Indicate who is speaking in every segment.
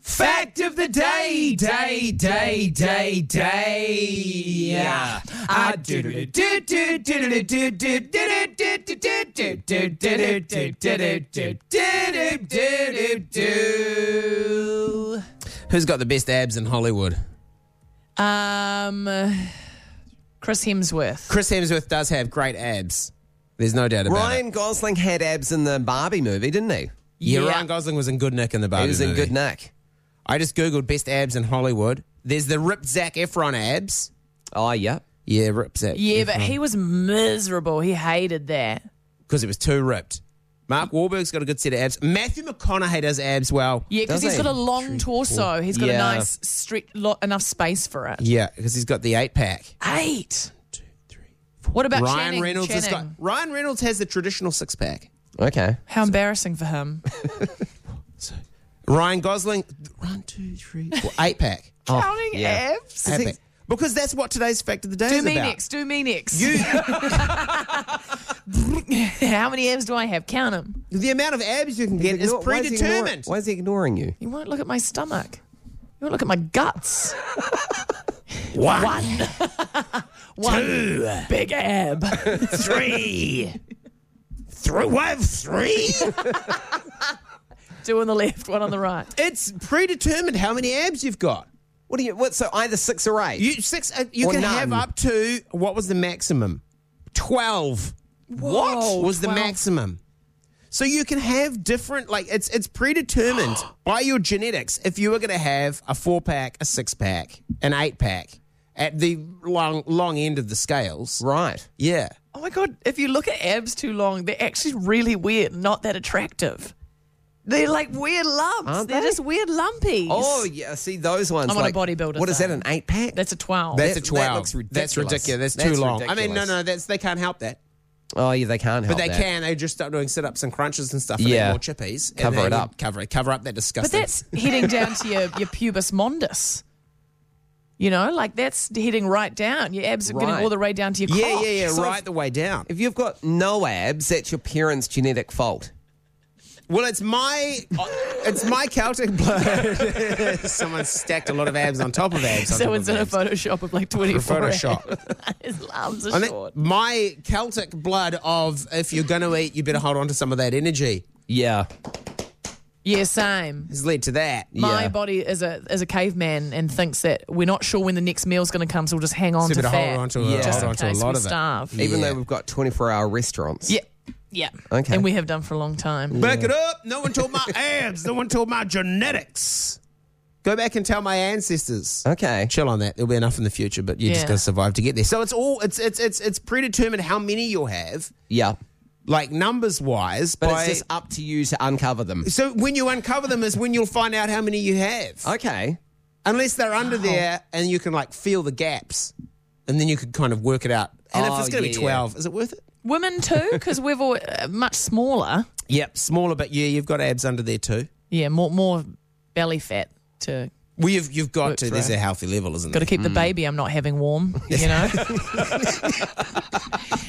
Speaker 1: fact of the day, day, day, day, day. Yeah. Ah, do-do-do-do-do-do-do-do-do-do-do-do-do-do-do-do.
Speaker 2: Who's got the best abs in Hollywood?
Speaker 3: Um, Chris Hemsworth.
Speaker 2: Chris Hemsworth does have great abs. There's no doubt about it.
Speaker 1: Ryan
Speaker 2: Gosling had abs in the Barbie movie, didn't he? Yeah,
Speaker 3: Yeah.
Speaker 2: Ryan Gosling was in Good Nick in the Barbie
Speaker 1: He was in
Speaker 2: movie.
Speaker 1: good nick.
Speaker 2: I just googled best abs in Hollywood. There's the ripped Zac Efron abs.
Speaker 1: Oh, yep.
Speaker 2: Yeah, ripped Zac.
Speaker 3: Yeah, but he was miserable. He hated that.
Speaker 2: because it was too ripped. Mark Wahlberg's got a good set of abs. Matthew McConaughey does abs well.
Speaker 3: Yeah, because
Speaker 1: Does
Speaker 3: he's
Speaker 1: he?
Speaker 3: got a long torso. He's got
Speaker 1: Yeah.
Speaker 3: a nice stretch, lot, enough space for it.
Speaker 2: Yeah, because he's got the eight pack.
Speaker 3: Eight. What about
Speaker 2: Ryan
Speaker 3: Channing?
Speaker 2: Reynolds has got
Speaker 3: Channing?
Speaker 2: Ryan Reynolds has the traditional six pack.
Speaker 1: Okay.
Speaker 3: How embarrassing for him.
Speaker 2: Ryan Gosling, one, two, three, four, eight pack.
Speaker 3: Counting
Speaker 1: yeah.
Speaker 3: abs.
Speaker 2: Eight pack. Because that's what today's fact of the day
Speaker 3: Do
Speaker 2: is
Speaker 3: me
Speaker 2: about.
Speaker 3: next. Do me next. How many abs do I have? Count them.
Speaker 2: The amount of abs you can get is
Speaker 1: Ignore- why he ignore-
Speaker 2: predetermined.
Speaker 1: Why is he ignoring you?
Speaker 3: You won't look at my stomach. You won't look at my guts.
Speaker 2: One,
Speaker 3: One big ab.
Speaker 2: three, three, one, three.
Speaker 3: Two on the left, one on the right.
Speaker 2: it's predetermined how many abs you've got.
Speaker 1: What do you? What? So either six or eight.
Speaker 2: You six. Uh, you
Speaker 1: Or
Speaker 2: can
Speaker 1: none.
Speaker 2: have up to what was the maximum? Twelve.
Speaker 3: Whoa,
Speaker 1: Oh,
Speaker 2: what was the
Speaker 3: 12.
Speaker 2: maximum? So you can have different. Like it's it's predetermined by your genetics if you were going to have a four pack, a six pack, an eight pack at the long long end of the scales.
Speaker 1: right.
Speaker 2: Yeah.
Speaker 3: Oh my god, if you look at abs too long, they're actually really weird, not that attractive. They're like weird lumps.
Speaker 1: Aren't
Speaker 3: they're
Speaker 1: they?
Speaker 3: just weird lumpies.
Speaker 1: Oh yeah. See those ones.
Speaker 3: I'm on a
Speaker 1: like,
Speaker 3: bodybuilder,
Speaker 1: What is that?
Speaker 3: though.
Speaker 1: An eight pack?
Speaker 3: That's a 12.
Speaker 2: That's
Speaker 1: That-
Speaker 2: a twelve.
Speaker 1: that looks
Speaker 2: That's
Speaker 1: ridiculous.
Speaker 2: ridiculous. That's,
Speaker 1: That's
Speaker 2: too long. I mean, no,
Speaker 1: ridiculous.
Speaker 2: no, that's they can't help that.
Speaker 1: oh yeah. They can't help.
Speaker 2: But they
Speaker 1: that.
Speaker 2: can. They just stop doing sit ups and crunches and stuff. And
Speaker 1: Yeah.
Speaker 2: yeah, more chippies. and
Speaker 1: Cover
Speaker 2: they
Speaker 1: it
Speaker 2: would
Speaker 1: up.
Speaker 2: Cover it. Cover up that disgusting.
Speaker 3: but that's heading down to your, your pubis mondus. You know, like that's heading right down. Your abs are
Speaker 1: Right.
Speaker 3: getting all the way down to your
Speaker 2: yeah,
Speaker 3: crotch.
Speaker 2: yeah, yeah.
Speaker 3: So
Speaker 2: right the way down.
Speaker 1: If you've got no abs, that's your parents' genetic fault.
Speaker 2: Well, it's my uh, it's my Celtic blood. Someone stacked a lot of abs on top of abs. On top
Speaker 3: Someone's
Speaker 2: of
Speaker 3: in a
Speaker 2: abs.
Speaker 3: Photoshop of like 24
Speaker 2: Photoshop.
Speaker 3: His arms are
Speaker 2: I
Speaker 3: short.
Speaker 2: think my Celtic blood of if you're going to eat, you better hold on to some of that energy
Speaker 1: Yeah.
Speaker 3: Yeah, same.
Speaker 2: has led to that.
Speaker 3: My
Speaker 1: Yeah.
Speaker 3: body is a is a caveman and thinks that we're not sure when the next meal's going to come, so we'll just hang on
Speaker 2: So
Speaker 3: to
Speaker 2: better
Speaker 3: fat.
Speaker 2: hold on to, a-
Speaker 1: Yeah.
Speaker 3: just
Speaker 2: hold on
Speaker 3: in
Speaker 2: to a
Speaker 3: case
Speaker 2: lot
Speaker 3: we
Speaker 2: of
Speaker 3: starve.
Speaker 2: it.
Speaker 1: Even
Speaker 2: Yeah.
Speaker 1: though we've got 24-hour restaurants.
Speaker 3: Yeah. Yeah.
Speaker 1: Okay.
Speaker 3: And we have done for a long time.
Speaker 2: Back it up. No one told my abs. No one told my genetics. Go back and tell my ancestors.
Speaker 1: Okay.
Speaker 2: Chill on that. There'll be enough in the future, but you're just
Speaker 3: Yeah.
Speaker 2: going to survive to get there. So it's all it's it's it's it's predetermined how many you'll have,
Speaker 1: Yeah.
Speaker 2: like numbers wise.
Speaker 1: But
Speaker 2: by-
Speaker 1: it's just up to you to uncover them.
Speaker 2: So when you uncover them is when you'll find out how many you have.
Speaker 1: Okay.
Speaker 2: Unless they're under there and you can like feel the gaps and then you could kind of work it out. And if
Speaker 1: Oh,
Speaker 2: it's going to
Speaker 1: yeah,
Speaker 2: be
Speaker 1: yeah.
Speaker 2: 12, is it worth it?
Speaker 3: Women too, because we're all, uh, much smaller.
Speaker 2: Yep, smaller, but yeah, you've got abs under there too.
Speaker 3: Yeah, more more belly fat to
Speaker 2: Well, you've, you've got
Speaker 3: Works
Speaker 2: to. There's
Speaker 3: right.
Speaker 2: a healthy level, isn't
Speaker 3: got to
Speaker 2: there?
Speaker 3: keep
Speaker 1: Mm.
Speaker 3: the baby I'm not having warm. You know.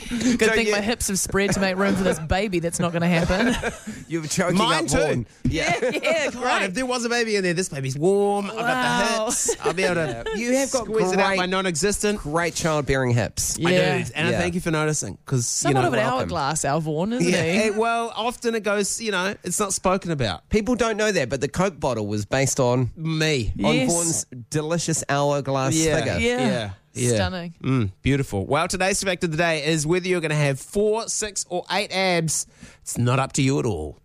Speaker 3: Good thing my hips have spread to make room for this baby. That's not going to happen.
Speaker 1: You're choking
Speaker 2: Mine
Speaker 1: up
Speaker 2: too.
Speaker 1: Vaughan. Yeah.
Speaker 3: yeah,
Speaker 2: Right, if there was a baby in there, this baby's warm. I've got the
Speaker 3: Wow.
Speaker 2: hips. I'll be able to.
Speaker 1: You have got
Speaker 2: squeeze it out
Speaker 1: great-
Speaker 2: my non-existent.
Speaker 1: Great childbearing hips.
Speaker 3: Yeah.
Speaker 2: I do, and I
Speaker 1: Yeah.
Speaker 2: thank you for noticing because you
Speaker 3: Somewhat
Speaker 2: know
Speaker 3: of an
Speaker 2: welcome.
Speaker 3: hourglass, Alvorn, isn't
Speaker 2: Yeah,
Speaker 3: he?
Speaker 2: eh, well, often it goes. You know, it's not spoken about.
Speaker 1: People don't know that, but the Coke bottle was based on
Speaker 2: Me,
Speaker 1: on
Speaker 3: Yes.
Speaker 1: Vaughan's delicious hourglass figure.
Speaker 3: Yeah.
Speaker 2: Yeah.
Speaker 3: Stunning.
Speaker 2: Mm, beautiful. Well, today's fact of the day is whether you're going to have four, six, or eight abs, it's not up to you at all.